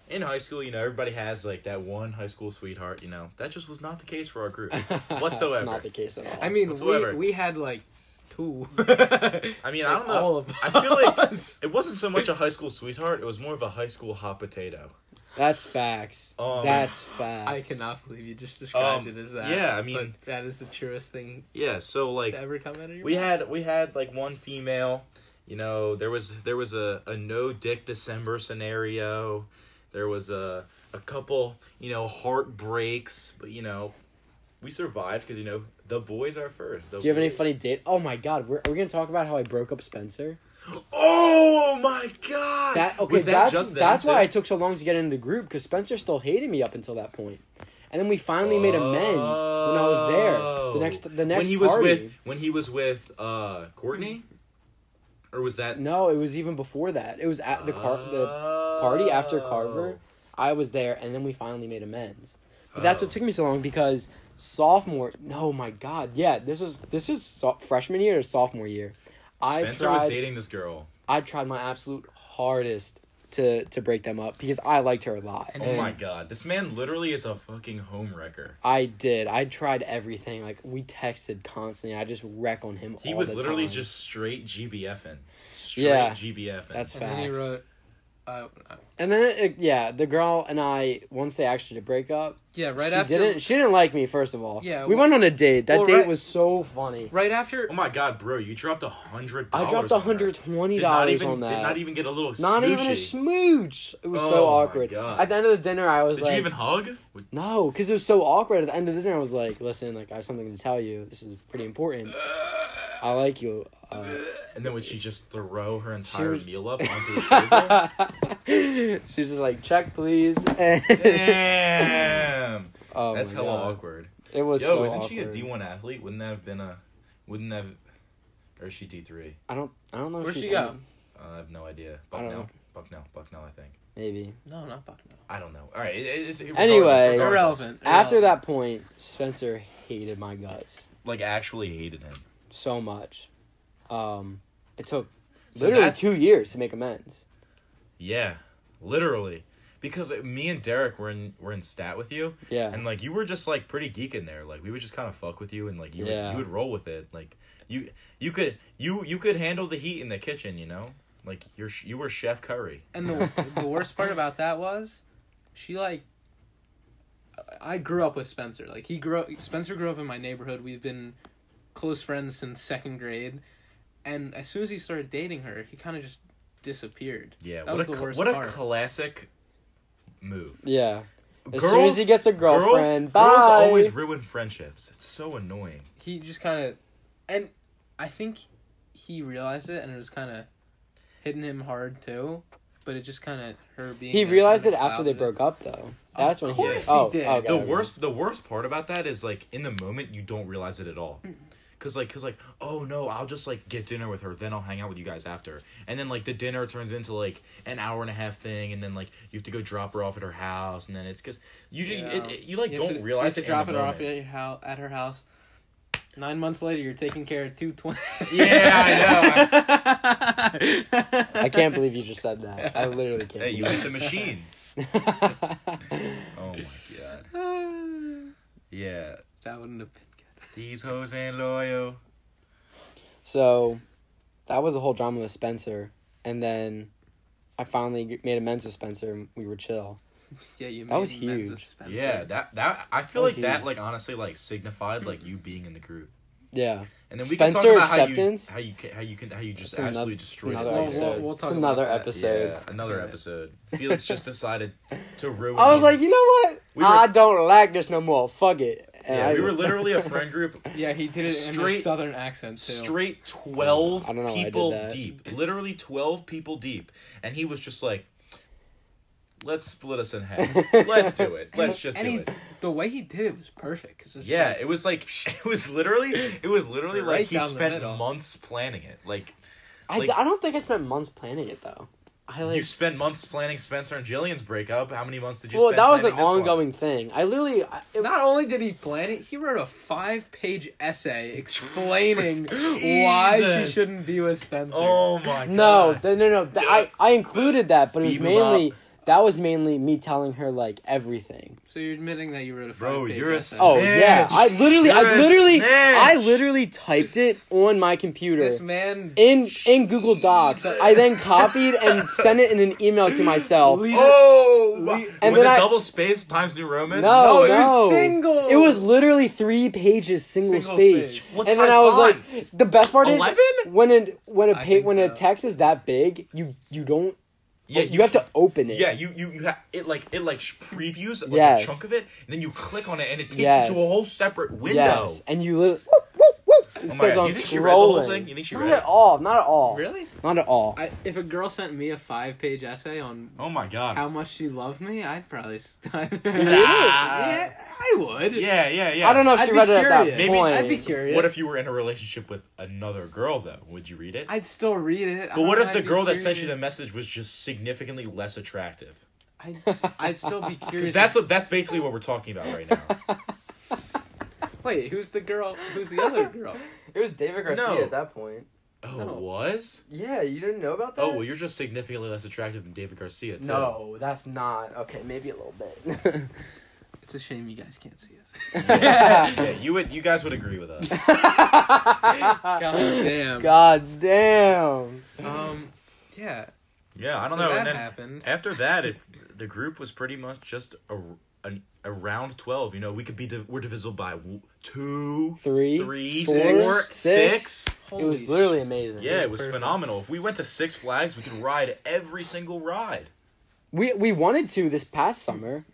Speaker 3: in high school, you know, everybody has like that one high school sweetheart, you know. That just was not the case for our group whatsoesoever.
Speaker 1: That's not the case at all.
Speaker 2: I mean, we,
Speaker 3: Whatsoever.
Speaker 2: we had like two.
Speaker 3: I mean, I
Speaker 2: Like,
Speaker 3: don't know.
Speaker 2: all of
Speaker 3: I feel like
Speaker 2: us.
Speaker 3: it wasn't so much a high school sweetheart, it was more of a high school hot potato.
Speaker 1: that's facts.
Speaker 3: Um,
Speaker 1: that's facts.
Speaker 2: oh, I cannot believe you just described
Speaker 3: Um,
Speaker 2: it as that.
Speaker 3: yeah, I
Speaker 2: but
Speaker 3: mean-
Speaker 2: that is the truest thing
Speaker 3: Yeah, so like
Speaker 2: to ever come out of your.
Speaker 3: we
Speaker 2: mouth.
Speaker 3: had we had like one female you know there was there was a, a no dick december scenario there was a a couple you know heartbreaks but you know we survived because you know the boys are first the
Speaker 1: Do you have any
Speaker 3: boys-
Speaker 1: funny date? Oh my god, we're, are we gonna talk about how I broke up Spencer?
Speaker 3: oh my god
Speaker 1: That okay,
Speaker 3: Was
Speaker 1: that's
Speaker 3: just then,
Speaker 1: that's why I
Speaker 3: too?
Speaker 1: took so long to get into the group because Spencer still hated me up until that point, and then we finally made amends when I was there. The next the next
Speaker 3: Oh. when he was
Speaker 1: party.
Speaker 3: with when he was with uh courtney or was that Ah.
Speaker 1: no, it was even before that. It was at the car the party after
Speaker 3: Oh.
Speaker 1: Carver, I was there, and then we finally made amends. But that's
Speaker 3: Oh.
Speaker 1: what took me so long because sophomore. Oh my God! Yeah, this was this is so, freshman year or sophomore year. I
Speaker 3: Spencer
Speaker 1: tried,
Speaker 3: was dating this girl.
Speaker 1: I tried my absolute hardest to to break them up because I liked her a lot.
Speaker 2: And
Speaker 3: Oh
Speaker 1: and
Speaker 3: my god, this man literally is a fucking homewrecker.
Speaker 1: I did. I tried everything. Like we texted constantly. I just wreck on him.
Speaker 3: He
Speaker 1: all
Speaker 3: was
Speaker 1: the
Speaker 3: literally
Speaker 1: time.
Speaker 3: just straight GBFing. Straight
Speaker 1: Yeah.
Speaker 3: GBFing.
Speaker 1: That's-
Speaker 2: And then he
Speaker 1: Facts.
Speaker 2: wrote, uh, uh,
Speaker 1: And then it, it- yeah, the girl and I once they actually did break up.
Speaker 2: yeah, right
Speaker 1: she
Speaker 2: after,
Speaker 1: didn't. She didn't like me. First of all.
Speaker 2: Yeah,
Speaker 1: We
Speaker 2: well-
Speaker 1: went on a date. That
Speaker 2: well,
Speaker 1: date
Speaker 2: right-
Speaker 1: was so funny.
Speaker 2: right after,
Speaker 3: oh my god, bro, you dropped a hundred
Speaker 1: I
Speaker 3: dollars.
Speaker 1: dropped
Speaker 3: on
Speaker 1: one
Speaker 3: her.
Speaker 1: hundred twenty
Speaker 3: Did not
Speaker 1: dollars
Speaker 3: even
Speaker 1: on that.
Speaker 3: did not even get a little
Speaker 1: Not even a
Speaker 3: smoochie.
Speaker 1: smooch. It was
Speaker 3: Oh
Speaker 1: so
Speaker 3: my
Speaker 1: awkward.
Speaker 3: God.
Speaker 1: At the end of the dinner, I was
Speaker 3: Did
Speaker 1: like,
Speaker 3: you even hug? Would-
Speaker 1: no, because it was so awkward. At the end of the dinner, I was like, listen, like I have something to tell you. This is pretty important. I like you. Uh,
Speaker 3: And then would she just throw her
Speaker 1: She
Speaker 3: entire
Speaker 1: was-
Speaker 3: meal up onto the table?
Speaker 1: She's just like, check, please.
Speaker 3: Damn,
Speaker 1: oh
Speaker 3: that's
Speaker 1: my
Speaker 3: hella
Speaker 1: God.
Speaker 3: awkward.
Speaker 1: It was
Speaker 3: Yo,
Speaker 1: so
Speaker 3: isn't she a
Speaker 1: awkward.
Speaker 3: D one athlete? Wouldn't that have been a? Wouldn't that? Have, or is she D three? Uh,
Speaker 1: I don't. I don't know. if
Speaker 2: Where'd
Speaker 1: she's
Speaker 2: she go?
Speaker 1: in-
Speaker 3: I have no idea.
Speaker 1: I don't
Speaker 3: Bucknell,
Speaker 1: know.
Speaker 3: Bucknell, Bucknell. I think.
Speaker 1: Maybe.
Speaker 2: no, not Bucknell.
Speaker 3: I don't know. All right. It, it's, regardless-
Speaker 1: Anyway.
Speaker 3: regardless.
Speaker 2: Irrelevant.
Speaker 1: After
Speaker 2: Irrelevant.
Speaker 1: that point, Spencer hated my guts
Speaker 3: Like actually hated him.
Speaker 1: so much. Um, it took
Speaker 3: So
Speaker 1: literally
Speaker 3: that-
Speaker 1: two years to make amends.
Speaker 3: Yeah, literally. Because uh, me and Derek were in were in stat with you,
Speaker 1: Yeah.
Speaker 3: and like you were just like pretty geek in there. Like we would just kind of fuck with you, and like you would,
Speaker 1: Yeah.
Speaker 3: you would roll with it. Like you you could you you could handle the heat in the kitchen. You know, like you're sh- you were Chef Curry.
Speaker 2: And the the worst part about that was, she like. I grew up with Spencer. Like he grew, Spencer grew up in my neighborhood. We've been close friends since second grade, and as soon as he started dating her, he kind of just disappeared.
Speaker 3: Yeah,
Speaker 2: That
Speaker 3: what
Speaker 2: was
Speaker 3: a
Speaker 2: the
Speaker 3: cl-
Speaker 2: worst
Speaker 3: what
Speaker 2: part.
Speaker 3: a classic move.
Speaker 1: yeah. As soon as he gets a girlfriend,
Speaker 3: girls,
Speaker 1: bye.
Speaker 3: girls always ruin friendships. It's so annoying.
Speaker 2: He just kind of, and I think he realized it, and it was kind of hitting him hard too. But it just kind of her being.
Speaker 1: he
Speaker 2: there
Speaker 1: realized it
Speaker 2: kinda
Speaker 1: after they
Speaker 2: clouded it.
Speaker 1: broke up, though. That's when
Speaker 2: course
Speaker 1: he.
Speaker 2: he
Speaker 1: Oh,
Speaker 2: did.
Speaker 1: okay,
Speaker 3: the
Speaker 1: okay.
Speaker 3: worst the worst part about that is like in the moment you don't realize it at all because like because like oh no i'll just like get dinner with her then i'll hang out with you guys after and then like the dinner turns into like an hour and a half thing and then like you have to go drop her off at her house and then it's because you ju-
Speaker 2: Yeah.
Speaker 3: it, it- you like
Speaker 2: You have
Speaker 3: don't
Speaker 2: to-
Speaker 3: realize
Speaker 2: you
Speaker 3: it
Speaker 2: have to drop
Speaker 3: in
Speaker 2: it
Speaker 3: the
Speaker 2: off
Speaker 3: moment.
Speaker 2: at, your house, at her house. Nine months later, you're taking care of two twins.
Speaker 3: Yeah,
Speaker 2: I know.
Speaker 1: I can't believe you just said that. I literally can't.
Speaker 3: hey you hit
Speaker 1: believe
Speaker 3: the machine
Speaker 1: it.
Speaker 3: oh my god yeah
Speaker 2: that wouldn't have been
Speaker 3: these hoes ain't loyal
Speaker 1: so, that was the whole drama with Spencer, and then I finally g- made amends with Spencer, and we were chill.
Speaker 2: good. Yeah, you.
Speaker 1: That
Speaker 2: made
Speaker 1: was
Speaker 2: amends with
Speaker 1: huge.
Speaker 2: Spencer.
Speaker 3: yeah that that i feel
Speaker 1: Oh,
Speaker 3: like that
Speaker 1: huge.
Speaker 3: like honestly like signified like you being in the group
Speaker 1: Yeah.
Speaker 3: And then we can talk
Speaker 1: Spencer
Speaker 3: about
Speaker 1: acceptance?
Speaker 3: how you how you ca- how you can how you just
Speaker 1: That's
Speaker 3: absolutely
Speaker 1: anoth-
Speaker 3: destroyed
Speaker 1: another
Speaker 3: it.
Speaker 2: Well,
Speaker 1: episode.
Speaker 2: we'll
Speaker 1: It's
Speaker 2: talk about
Speaker 1: another
Speaker 2: that.
Speaker 1: episode.
Speaker 3: Yeah, another
Speaker 2: Yeah.
Speaker 3: episode. Felix just decided to ruin.
Speaker 1: I was
Speaker 3: it.
Speaker 1: like, you know what?
Speaker 3: We were-
Speaker 1: I don't like this no more. Fuck it. And
Speaker 3: yeah,
Speaker 1: I
Speaker 3: we were
Speaker 1: just-
Speaker 3: literally a friend group,
Speaker 2: Yeah, he did it in a
Speaker 3: Straight-
Speaker 2: southern accent too.
Speaker 3: straight twelve
Speaker 1: I don't know why I did
Speaker 3: people
Speaker 1: that.
Speaker 3: deep, literally twelve people deep, and he was just like, "Let's split us in half. Let's do it. Let's just
Speaker 2: and
Speaker 3: do
Speaker 2: he,
Speaker 3: it."
Speaker 2: The way he did it was perfect. 'cause it's
Speaker 3: Yeah,
Speaker 2: just
Speaker 3: it was like it was literally it was literally
Speaker 2: Right
Speaker 3: like he
Speaker 2: down the
Speaker 3: spent
Speaker 2: middle.
Speaker 3: months planning it. Like
Speaker 1: I, d-
Speaker 3: like-
Speaker 1: I don't think I spent months planning it though. I like.
Speaker 3: you spent months planning Spencer and Jillian's breakup. How many months did you?
Speaker 1: well,
Speaker 3: spend
Speaker 1: that was an
Speaker 3: planning this one?
Speaker 1: ongoing thing. I literally. I, it,
Speaker 2: like- not only did he plan it, he wrote a five-page essay explaining why she
Speaker 3: Jesus.
Speaker 2: shouldn't be with Spencer.
Speaker 3: Oh my god.
Speaker 1: no, th- no, no, th- I I included that, but it was
Speaker 3: Beat 'em
Speaker 1: mainly
Speaker 3: up.
Speaker 1: that was mainly me telling her like everything.
Speaker 2: So you're admitting that you wrote a five-page
Speaker 3: Bro, you're a
Speaker 2: essay.
Speaker 1: Oh yeah,
Speaker 3: Snitch.
Speaker 1: I literally, I
Speaker 3: You're a
Speaker 1: literally, I
Speaker 3: snitch.
Speaker 1: literally typed it on my computer
Speaker 2: This man
Speaker 1: in in Google Docs. I then copied and sent it in an email to myself.
Speaker 2: Leave
Speaker 3: Oh,
Speaker 2: Le-
Speaker 1: And
Speaker 3: was
Speaker 1: then
Speaker 3: it
Speaker 1: I-
Speaker 3: double space times New Roman?
Speaker 1: No, no,
Speaker 2: No, it was single.
Speaker 1: It was literally three pages, single,
Speaker 2: Single
Speaker 1: spaced.
Speaker 2: spaced.
Speaker 3: What
Speaker 1: and then
Speaker 3: size
Speaker 1: I was
Speaker 3: font?
Speaker 1: like, the best part is
Speaker 3: 11?
Speaker 1: when it when a
Speaker 2: I
Speaker 1: pa-
Speaker 2: think
Speaker 1: when a
Speaker 2: so.
Speaker 1: text is that big, you you don't
Speaker 3: Yeah,
Speaker 1: you, have to open it.
Speaker 3: Yeah, you you, you ha- it like it like sh- previews like
Speaker 1: Yes.
Speaker 3: a chunk of it, and then you click on it, and it takes
Speaker 1: Yes.
Speaker 3: you to a whole separate window. Oh
Speaker 1: Yes, and you literally. Whoop, whoop, whoop. It's
Speaker 3: my
Speaker 1: like
Speaker 3: God,
Speaker 1: I'm
Speaker 3: you think
Speaker 1: scrolling.
Speaker 3: she read the whole thing? You think she
Speaker 1: not
Speaker 3: read
Speaker 1: at
Speaker 3: it?
Speaker 1: all. Not at all.
Speaker 2: Really?
Speaker 1: Not at all.
Speaker 2: I, if a girl sent me a five page essay on
Speaker 3: Oh my god.
Speaker 2: how much she loved me, I'd probably. St-
Speaker 3: Nah.
Speaker 2: yeah, I would.
Speaker 3: yeah, yeah, yeah.
Speaker 1: I don't know if
Speaker 2: I'd
Speaker 1: she
Speaker 2: be
Speaker 1: read it at that
Speaker 2: curious.
Speaker 3: Maybe-
Speaker 1: point.
Speaker 2: I'd be curious.
Speaker 3: What if you were in a relationship with another girl though? Would you read it?
Speaker 2: I'd still read it. I
Speaker 3: but
Speaker 2: don't
Speaker 3: what
Speaker 2: know,
Speaker 3: if the
Speaker 2: I'd be
Speaker 3: girl that sent you the
Speaker 2: curious.
Speaker 3: message was just significantly less attractive?
Speaker 2: I'd, I'd still be curious.
Speaker 3: Because that's what- that's basically what we're talking about right now.
Speaker 2: Wait, who's the girl? Who's the other girl?
Speaker 1: It was David Garcia
Speaker 3: No.
Speaker 1: at that point.
Speaker 3: Oh,
Speaker 2: No.
Speaker 3: it was?
Speaker 1: Yeah, you didn't know about that.
Speaker 3: Oh, well, you're just significantly less attractive than David Garcia. Too.
Speaker 1: no, that's not okay. Maybe a little bit.
Speaker 2: It's a shame you guys can't see us.
Speaker 3: Yeah, you would. You guys would agree with us.
Speaker 2: God damn.
Speaker 1: God damn.
Speaker 2: Um, yeah.
Speaker 3: Yeah, I don't
Speaker 2: so
Speaker 3: know.
Speaker 2: That
Speaker 3: and then
Speaker 2: happened.
Speaker 3: after that, it, the group was pretty much just a, an, around twelve. You know, we could be div- we're divisible by w- two,
Speaker 1: Three,
Speaker 3: three,
Speaker 1: four,
Speaker 3: four,
Speaker 1: six.
Speaker 3: six.
Speaker 1: it was literally amazing.
Speaker 3: Yeah, it was
Speaker 2: perfect.
Speaker 3: phenomenal. If we went to Six Flags, we could ride every single ride.
Speaker 1: We we wanted to this past summer,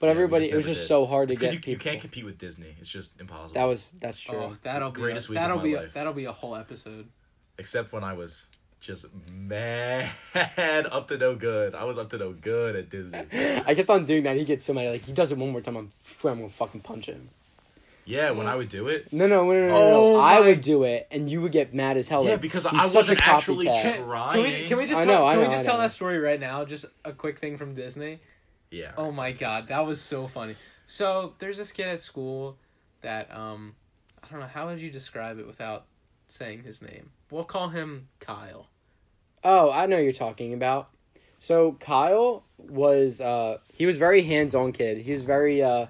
Speaker 1: but
Speaker 3: Yeah, we
Speaker 1: everybody
Speaker 3: just
Speaker 1: it was
Speaker 3: never
Speaker 1: just
Speaker 3: did.
Speaker 1: so hard to
Speaker 3: Because
Speaker 1: get
Speaker 3: you,
Speaker 1: people.
Speaker 3: you can't compete with Disney. It's just impossible.
Speaker 1: that was that's true.
Speaker 2: Oh, that'll be
Speaker 3: Greatest
Speaker 2: a,
Speaker 3: week of
Speaker 2: that'll
Speaker 3: my
Speaker 2: be a,
Speaker 3: life.
Speaker 2: that'll be a whole episode.
Speaker 3: Except when I was just mad up to no good. I was up to no good at Disney.
Speaker 1: I kept on doing that. He gets so mad. Like he does it one more time, I'm I'm gonna fucking punch him.
Speaker 3: Yeah, when I would do it.
Speaker 1: No, no, no, no, no. no.
Speaker 2: Oh
Speaker 1: I
Speaker 2: my-
Speaker 1: would do it, and you would get mad as hell.
Speaker 3: Yeah,
Speaker 1: like,
Speaker 3: because
Speaker 1: he's
Speaker 3: I
Speaker 1: such
Speaker 3: wasn't
Speaker 1: a
Speaker 3: actually
Speaker 1: copycat.
Speaker 3: Can-
Speaker 2: Can we, can we just
Speaker 1: I
Speaker 2: tell,
Speaker 1: know, I
Speaker 2: can we
Speaker 1: know,
Speaker 2: just
Speaker 1: I
Speaker 2: tell
Speaker 1: know.
Speaker 2: that story right now? Just a quick thing from Disney.
Speaker 3: Yeah.
Speaker 2: Oh my god, that was so funny. So there's this kid at school that um, I don't know how would you describe it without saying his name. We'll call him Kyle.
Speaker 1: Oh, I know who you're talking about. So Kyle was uh he was very hands-on kid. He was very uh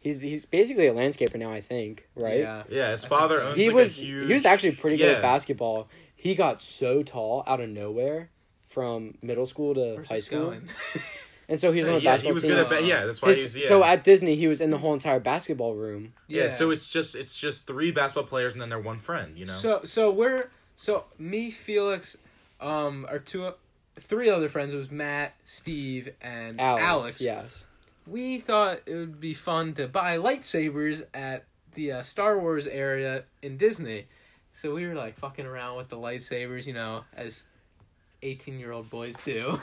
Speaker 1: he's he's basically a landscaper now, I think, right?
Speaker 2: Yeah.
Speaker 3: Yeah, his
Speaker 2: I think
Speaker 3: father
Speaker 2: so.
Speaker 3: owns
Speaker 1: He
Speaker 3: like
Speaker 1: was
Speaker 3: a huge.
Speaker 1: he was actually pretty good
Speaker 3: Yeah.
Speaker 1: at basketball. He got so tall out of nowhere from middle school to
Speaker 2: Where's
Speaker 1: high
Speaker 2: this
Speaker 1: school.
Speaker 2: going?
Speaker 1: And so he was on
Speaker 3: Uh, Yeah,
Speaker 1: the
Speaker 3: yeah,
Speaker 1: basketball
Speaker 3: he was
Speaker 1: team.
Speaker 3: good at ba- yeah, that's why
Speaker 1: His-
Speaker 3: he was yeah.
Speaker 1: So at Disney, he was in the whole entire basketball room.
Speaker 3: yeah. so it's just it's just three basketball players and then their one friend, you know.
Speaker 2: So so we're so me, Felix, um, are two, three other friends. It was Matt, Steve, and
Speaker 1: Alex,
Speaker 2: Alex.
Speaker 1: yes.
Speaker 2: We thought it would be fun to buy lightsabers at the uh, Star Wars area in Disney. So we were like fucking around with the lightsabers, you know, as eighteen-year-old boys do.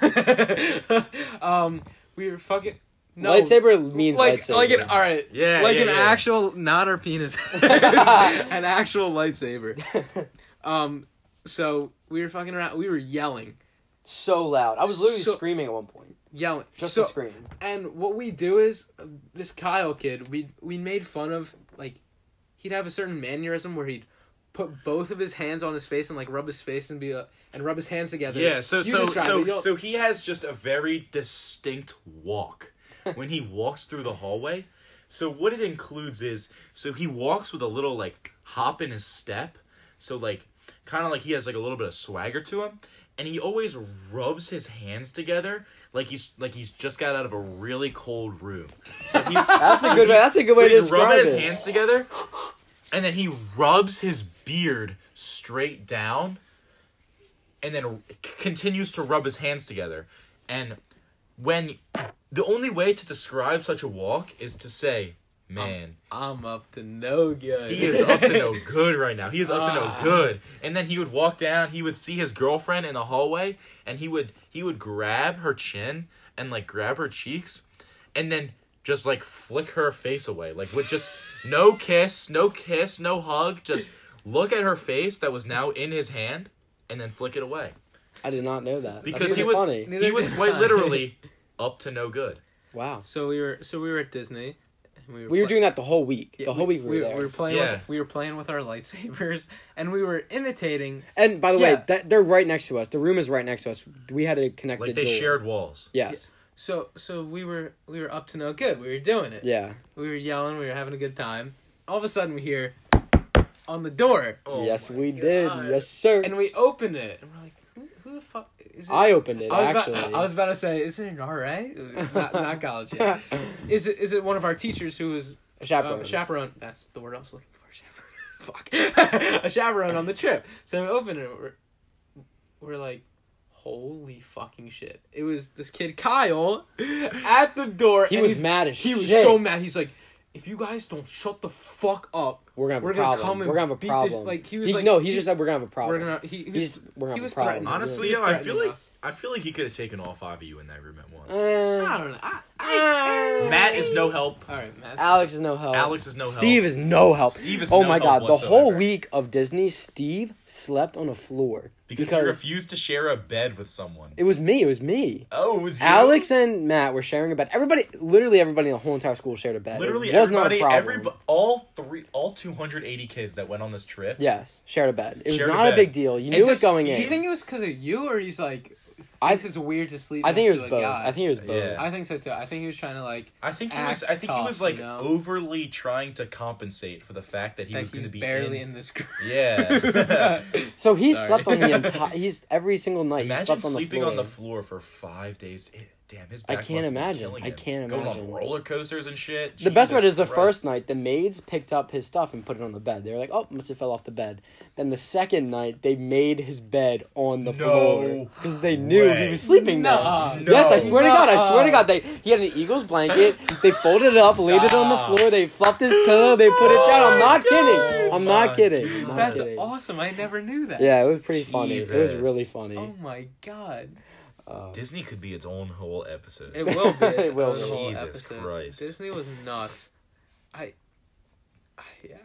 Speaker 2: um, we were fucking. No,
Speaker 1: lightsaber means
Speaker 2: like
Speaker 1: lightsaber.
Speaker 2: like an all right
Speaker 3: Yeah,
Speaker 2: like
Speaker 3: yeah,
Speaker 2: an
Speaker 3: yeah.
Speaker 2: actual not our penis an actual lightsaber um so we were fucking around we were yelling
Speaker 1: so loud. I was literally
Speaker 2: So-
Speaker 1: screaming at one point.
Speaker 2: yelling
Speaker 1: Just
Speaker 2: so,
Speaker 1: to scream.
Speaker 2: and what we do is uh, this Kyle kid we we made fun of like he'd have a certain mannerism where he'd put both of his hands on his face and like rub his face and be uh, and rub his hands together
Speaker 3: yeah, so
Speaker 2: You
Speaker 3: so
Speaker 2: describe
Speaker 3: so
Speaker 2: it, you'll-
Speaker 3: so he has just a very distinct walk when he walks through the hallway. So what it includes is so he walks with a little like hop in his step. So like kind of like he has like a little bit of swagger to him and he always rubs his hands together like he's like he's just got out of a really cold room. But he's
Speaker 1: That's a good. That's a good way
Speaker 3: But
Speaker 1: to
Speaker 3: he's rubbing
Speaker 1: describe
Speaker 3: his
Speaker 1: it.
Speaker 3: hands together, and then he rubs his beard straight down, and then c- continues to rub his hands together. And when the only way to describe such a walk is to say, "Man,
Speaker 2: I'm up to no good
Speaker 3: he is up to no good right now. He is up to no good." And then he would walk down. He would see his girlfriend in the hallway, and he would he would grab her chin and like grab her cheeks, and then just like flick her face away, like with just no kiss, no kiss, no hug. Just look at her face that was now in his hand, and then flick it away
Speaker 1: I did not know that.
Speaker 3: because
Speaker 1: That's
Speaker 3: he
Speaker 1: really
Speaker 3: was
Speaker 1: funny.
Speaker 3: he was quite literally up to no good.
Speaker 1: Wow.
Speaker 2: so we were so we were at Disney and
Speaker 1: We were
Speaker 2: pla-
Speaker 1: doing that the whole week.
Speaker 2: Yeah,
Speaker 1: the whole week we were there.
Speaker 2: playing.
Speaker 3: Yeah.
Speaker 2: With, we were playing with our lightsabers, and we were imitating.
Speaker 1: and by the way,
Speaker 2: Yeah.
Speaker 1: that they're right next to us. The room is right next to us. We had a connected
Speaker 3: Like they
Speaker 1: door.
Speaker 3: shared walls.
Speaker 1: Yes.
Speaker 2: So so we were we were up to no good. We were doing it.
Speaker 1: Yeah.
Speaker 2: We were yelling. We were having a good time. All of a sudden, we hear on the door,
Speaker 3: Oh
Speaker 1: yes,
Speaker 3: my
Speaker 1: we did.
Speaker 3: God.
Speaker 1: Yes, sir.
Speaker 2: and we opened it, and we're like, "Who, who the fuck is it?"
Speaker 1: I opened it
Speaker 2: I was
Speaker 1: actually.
Speaker 2: About, I was about to say, is it an RA? Not, not college yet. Is it is it one of our teachers who was
Speaker 1: a
Speaker 2: Um,
Speaker 1: chaperone.
Speaker 2: a chaperone. That's the word I was looking for. Chaperone. Fuck. a chaperone on the trip. So we open it. We're, we're like, holy fucking shit! It was this kid Kyle at the door.
Speaker 1: he
Speaker 2: and
Speaker 1: was
Speaker 2: he's-
Speaker 1: mad as
Speaker 2: He was
Speaker 1: shit.
Speaker 2: so mad. He's like, if you guys don't shut the fuck up,
Speaker 1: We're gonna have
Speaker 2: We're
Speaker 1: a
Speaker 2: gonna
Speaker 1: problem.
Speaker 2: come and
Speaker 1: we're gonna have a
Speaker 2: beat the-
Speaker 1: problem.
Speaker 2: like, he was like-
Speaker 1: no, he,
Speaker 2: he-
Speaker 1: just said we're gonna have a problem.
Speaker 2: we're gonna. He, he was,
Speaker 1: He's- we're gonna
Speaker 2: he
Speaker 1: have a
Speaker 2: was
Speaker 1: problem.
Speaker 2: threatening.
Speaker 1: Honestly,
Speaker 2: He was
Speaker 3: Honestly, yo, I
Speaker 2: threatening
Speaker 3: feel like
Speaker 2: us.
Speaker 3: I feel like he could have taken all five of you in that room at once.
Speaker 2: I
Speaker 1: Eh,
Speaker 2: don't know. I, I,
Speaker 1: Uh,
Speaker 2: I,
Speaker 3: Matt is no help.
Speaker 2: All right, Matt.
Speaker 1: Alex is
Speaker 2: Oh.
Speaker 1: no help.
Speaker 3: Alex is no help.
Speaker 1: Steve is no help.
Speaker 3: Steve is
Speaker 1: oh
Speaker 3: no
Speaker 1: my
Speaker 3: help
Speaker 1: god, the whole
Speaker 3: whatsoever.
Speaker 1: week of Disney, Steve slept on a floor
Speaker 3: because, he refused to share a bed with someone.
Speaker 1: it was me. It was me.
Speaker 3: oh, it was you?
Speaker 1: Alex and Matt were sharing a bed. Everybody, literally everybody in the whole entire school shared a bed.
Speaker 3: Literally
Speaker 1: it was
Speaker 3: everybody,
Speaker 1: not a problem.
Speaker 3: every all three, all 280 kids that went on this trip.
Speaker 1: Yes, shared a bed. It was
Speaker 3: Shared a
Speaker 1: not a,
Speaker 3: bed.
Speaker 1: big deal. You
Speaker 3: And
Speaker 1: knew it going
Speaker 2: Do
Speaker 3: Steve-
Speaker 1: in.
Speaker 2: you think it was because of you, or he's like,
Speaker 1: I-
Speaker 2: thinks it's weird to sleep?
Speaker 1: I think it
Speaker 2: next
Speaker 1: was
Speaker 2: to a
Speaker 1: both.
Speaker 2: guy?
Speaker 1: I think it was both.
Speaker 3: Yeah.
Speaker 2: I think so too. I think he was trying to like
Speaker 3: I think he
Speaker 2: Act
Speaker 3: was. I think
Speaker 2: tough,
Speaker 3: he was like
Speaker 2: you know?
Speaker 3: overly trying to compensate for the fact that he
Speaker 2: that
Speaker 3: was going
Speaker 2: he's
Speaker 3: to be
Speaker 2: barely
Speaker 3: in.
Speaker 2: in, this group.
Speaker 3: Yeah.
Speaker 1: So he
Speaker 2: Sorry.
Speaker 1: slept on the entire. He's every single night. he
Speaker 3: Imagine
Speaker 1: slept on the
Speaker 3: sleeping
Speaker 1: floor.
Speaker 3: on the floor for five days. Eh, Damn, his
Speaker 1: I
Speaker 3: back
Speaker 1: can't
Speaker 3: must have been
Speaker 1: imagine.
Speaker 3: killing
Speaker 1: I
Speaker 3: him.
Speaker 1: can't
Speaker 3: Going
Speaker 1: imagine.
Speaker 3: on roller coasters and shit.
Speaker 1: The best
Speaker 3: Jesus
Speaker 1: part is the
Speaker 3: Christ.
Speaker 1: first night, the maids picked up his stuff and put it on the bed. They were like, "Oh, must have fell off the bed." Then the second night, they made his bed on the
Speaker 3: No
Speaker 1: floor because they knew he
Speaker 3: way.
Speaker 1: was sleeping there.
Speaker 2: Nuh-uh.
Speaker 1: yes, I
Speaker 3: No.
Speaker 1: swear to God, I swear to
Speaker 2: Nuh-uh.
Speaker 1: God, they he had an Eagles blanket. They folded it up, laid it on the
Speaker 3: Stop.
Speaker 1: floor. They fluffed his pillow. They put it down. I'm not
Speaker 2: Oh my
Speaker 1: kidding. I'm
Speaker 3: God.
Speaker 1: not kidding. I'm not
Speaker 2: That's
Speaker 1: kidding.
Speaker 2: awesome. I never knew that.
Speaker 1: Yeah, it was pretty funny. It was
Speaker 3: Jesus.
Speaker 1: really funny.
Speaker 2: Oh my god. Oh.
Speaker 1: Um,
Speaker 3: Disney could be its own whole episode.
Speaker 2: It will be.
Speaker 1: It will be.
Speaker 2: It's a whole
Speaker 3: Jesus
Speaker 2: episode.
Speaker 3: Christ.
Speaker 2: Disney was nuts. I, I. Yeah.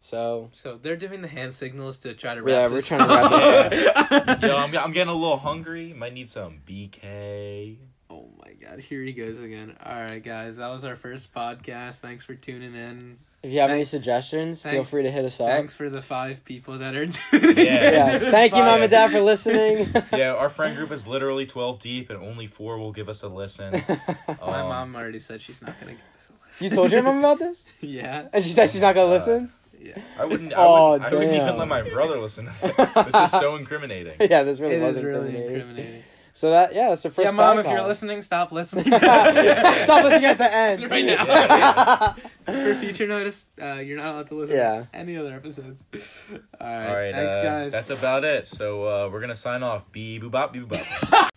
Speaker 1: so
Speaker 2: So they're doing the hand signals to try to wrap
Speaker 1: Yeah, we're
Speaker 2: this
Speaker 1: trying to wrap
Speaker 2: this up.
Speaker 3: Yo, I'm, I'm getting a little hungry. Might need some BK.
Speaker 2: Oh my god, here he goes again. Alright guys, that was our first podcast. Thanks for tuning in.
Speaker 1: if you have any
Speaker 2: Thanks-
Speaker 1: suggestions, feel
Speaker 2: thanks-
Speaker 1: free to hit us up.
Speaker 2: Thanks for the five people that are tuning in.
Speaker 1: Yes,
Speaker 2: to the
Speaker 1: thank you, mom and
Speaker 2: podcast.
Speaker 1: dad, for listening.
Speaker 3: Yeah, our friend group is literally 12 deep, and only four will give us a listen.
Speaker 2: My
Speaker 3: Um,
Speaker 2: mom already said she's not gonna give us a listen.
Speaker 1: You told your mom about this?
Speaker 2: Yeah.
Speaker 1: And she said she's not
Speaker 2: Uh,
Speaker 1: gonna listen?
Speaker 2: Yeah.
Speaker 3: I wouldn't. I,
Speaker 1: Oh,
Speaker 3: wouldn't, I wouldn't
Speaker 1: damn.
Speaker 3: even let my brother listen to this. This is so incriminating.
Speaker 1: Yeah, this really
Speaker 2: It
Speaker 1: was
Speaker 2: is really
Speaker 1: incriminating.
Speaker 2: incriminating.
Speaker 1: So that yeah, that's the first
Speaker 2: yeah, mom, if
Speaker 1: podcast.
Speaker 2: you're listening, stop listening.
Speaker 1: Stop listening at the end.
Speaker 2: Right now.
Speaker 1: Yeah.
Speaker 2: for future notice, uh, you're not allowed to listen
Speaker 1: Yeah.
Speaker 2: to any other episodes. All right,
Speaker 3: All right,
Speaker 2: thanks,
Speaker 3: uh,
Speaker 2: guys.
Speaker 3: That's about it. So uh, we're gonna sign off. Be boop bop, be boop bop.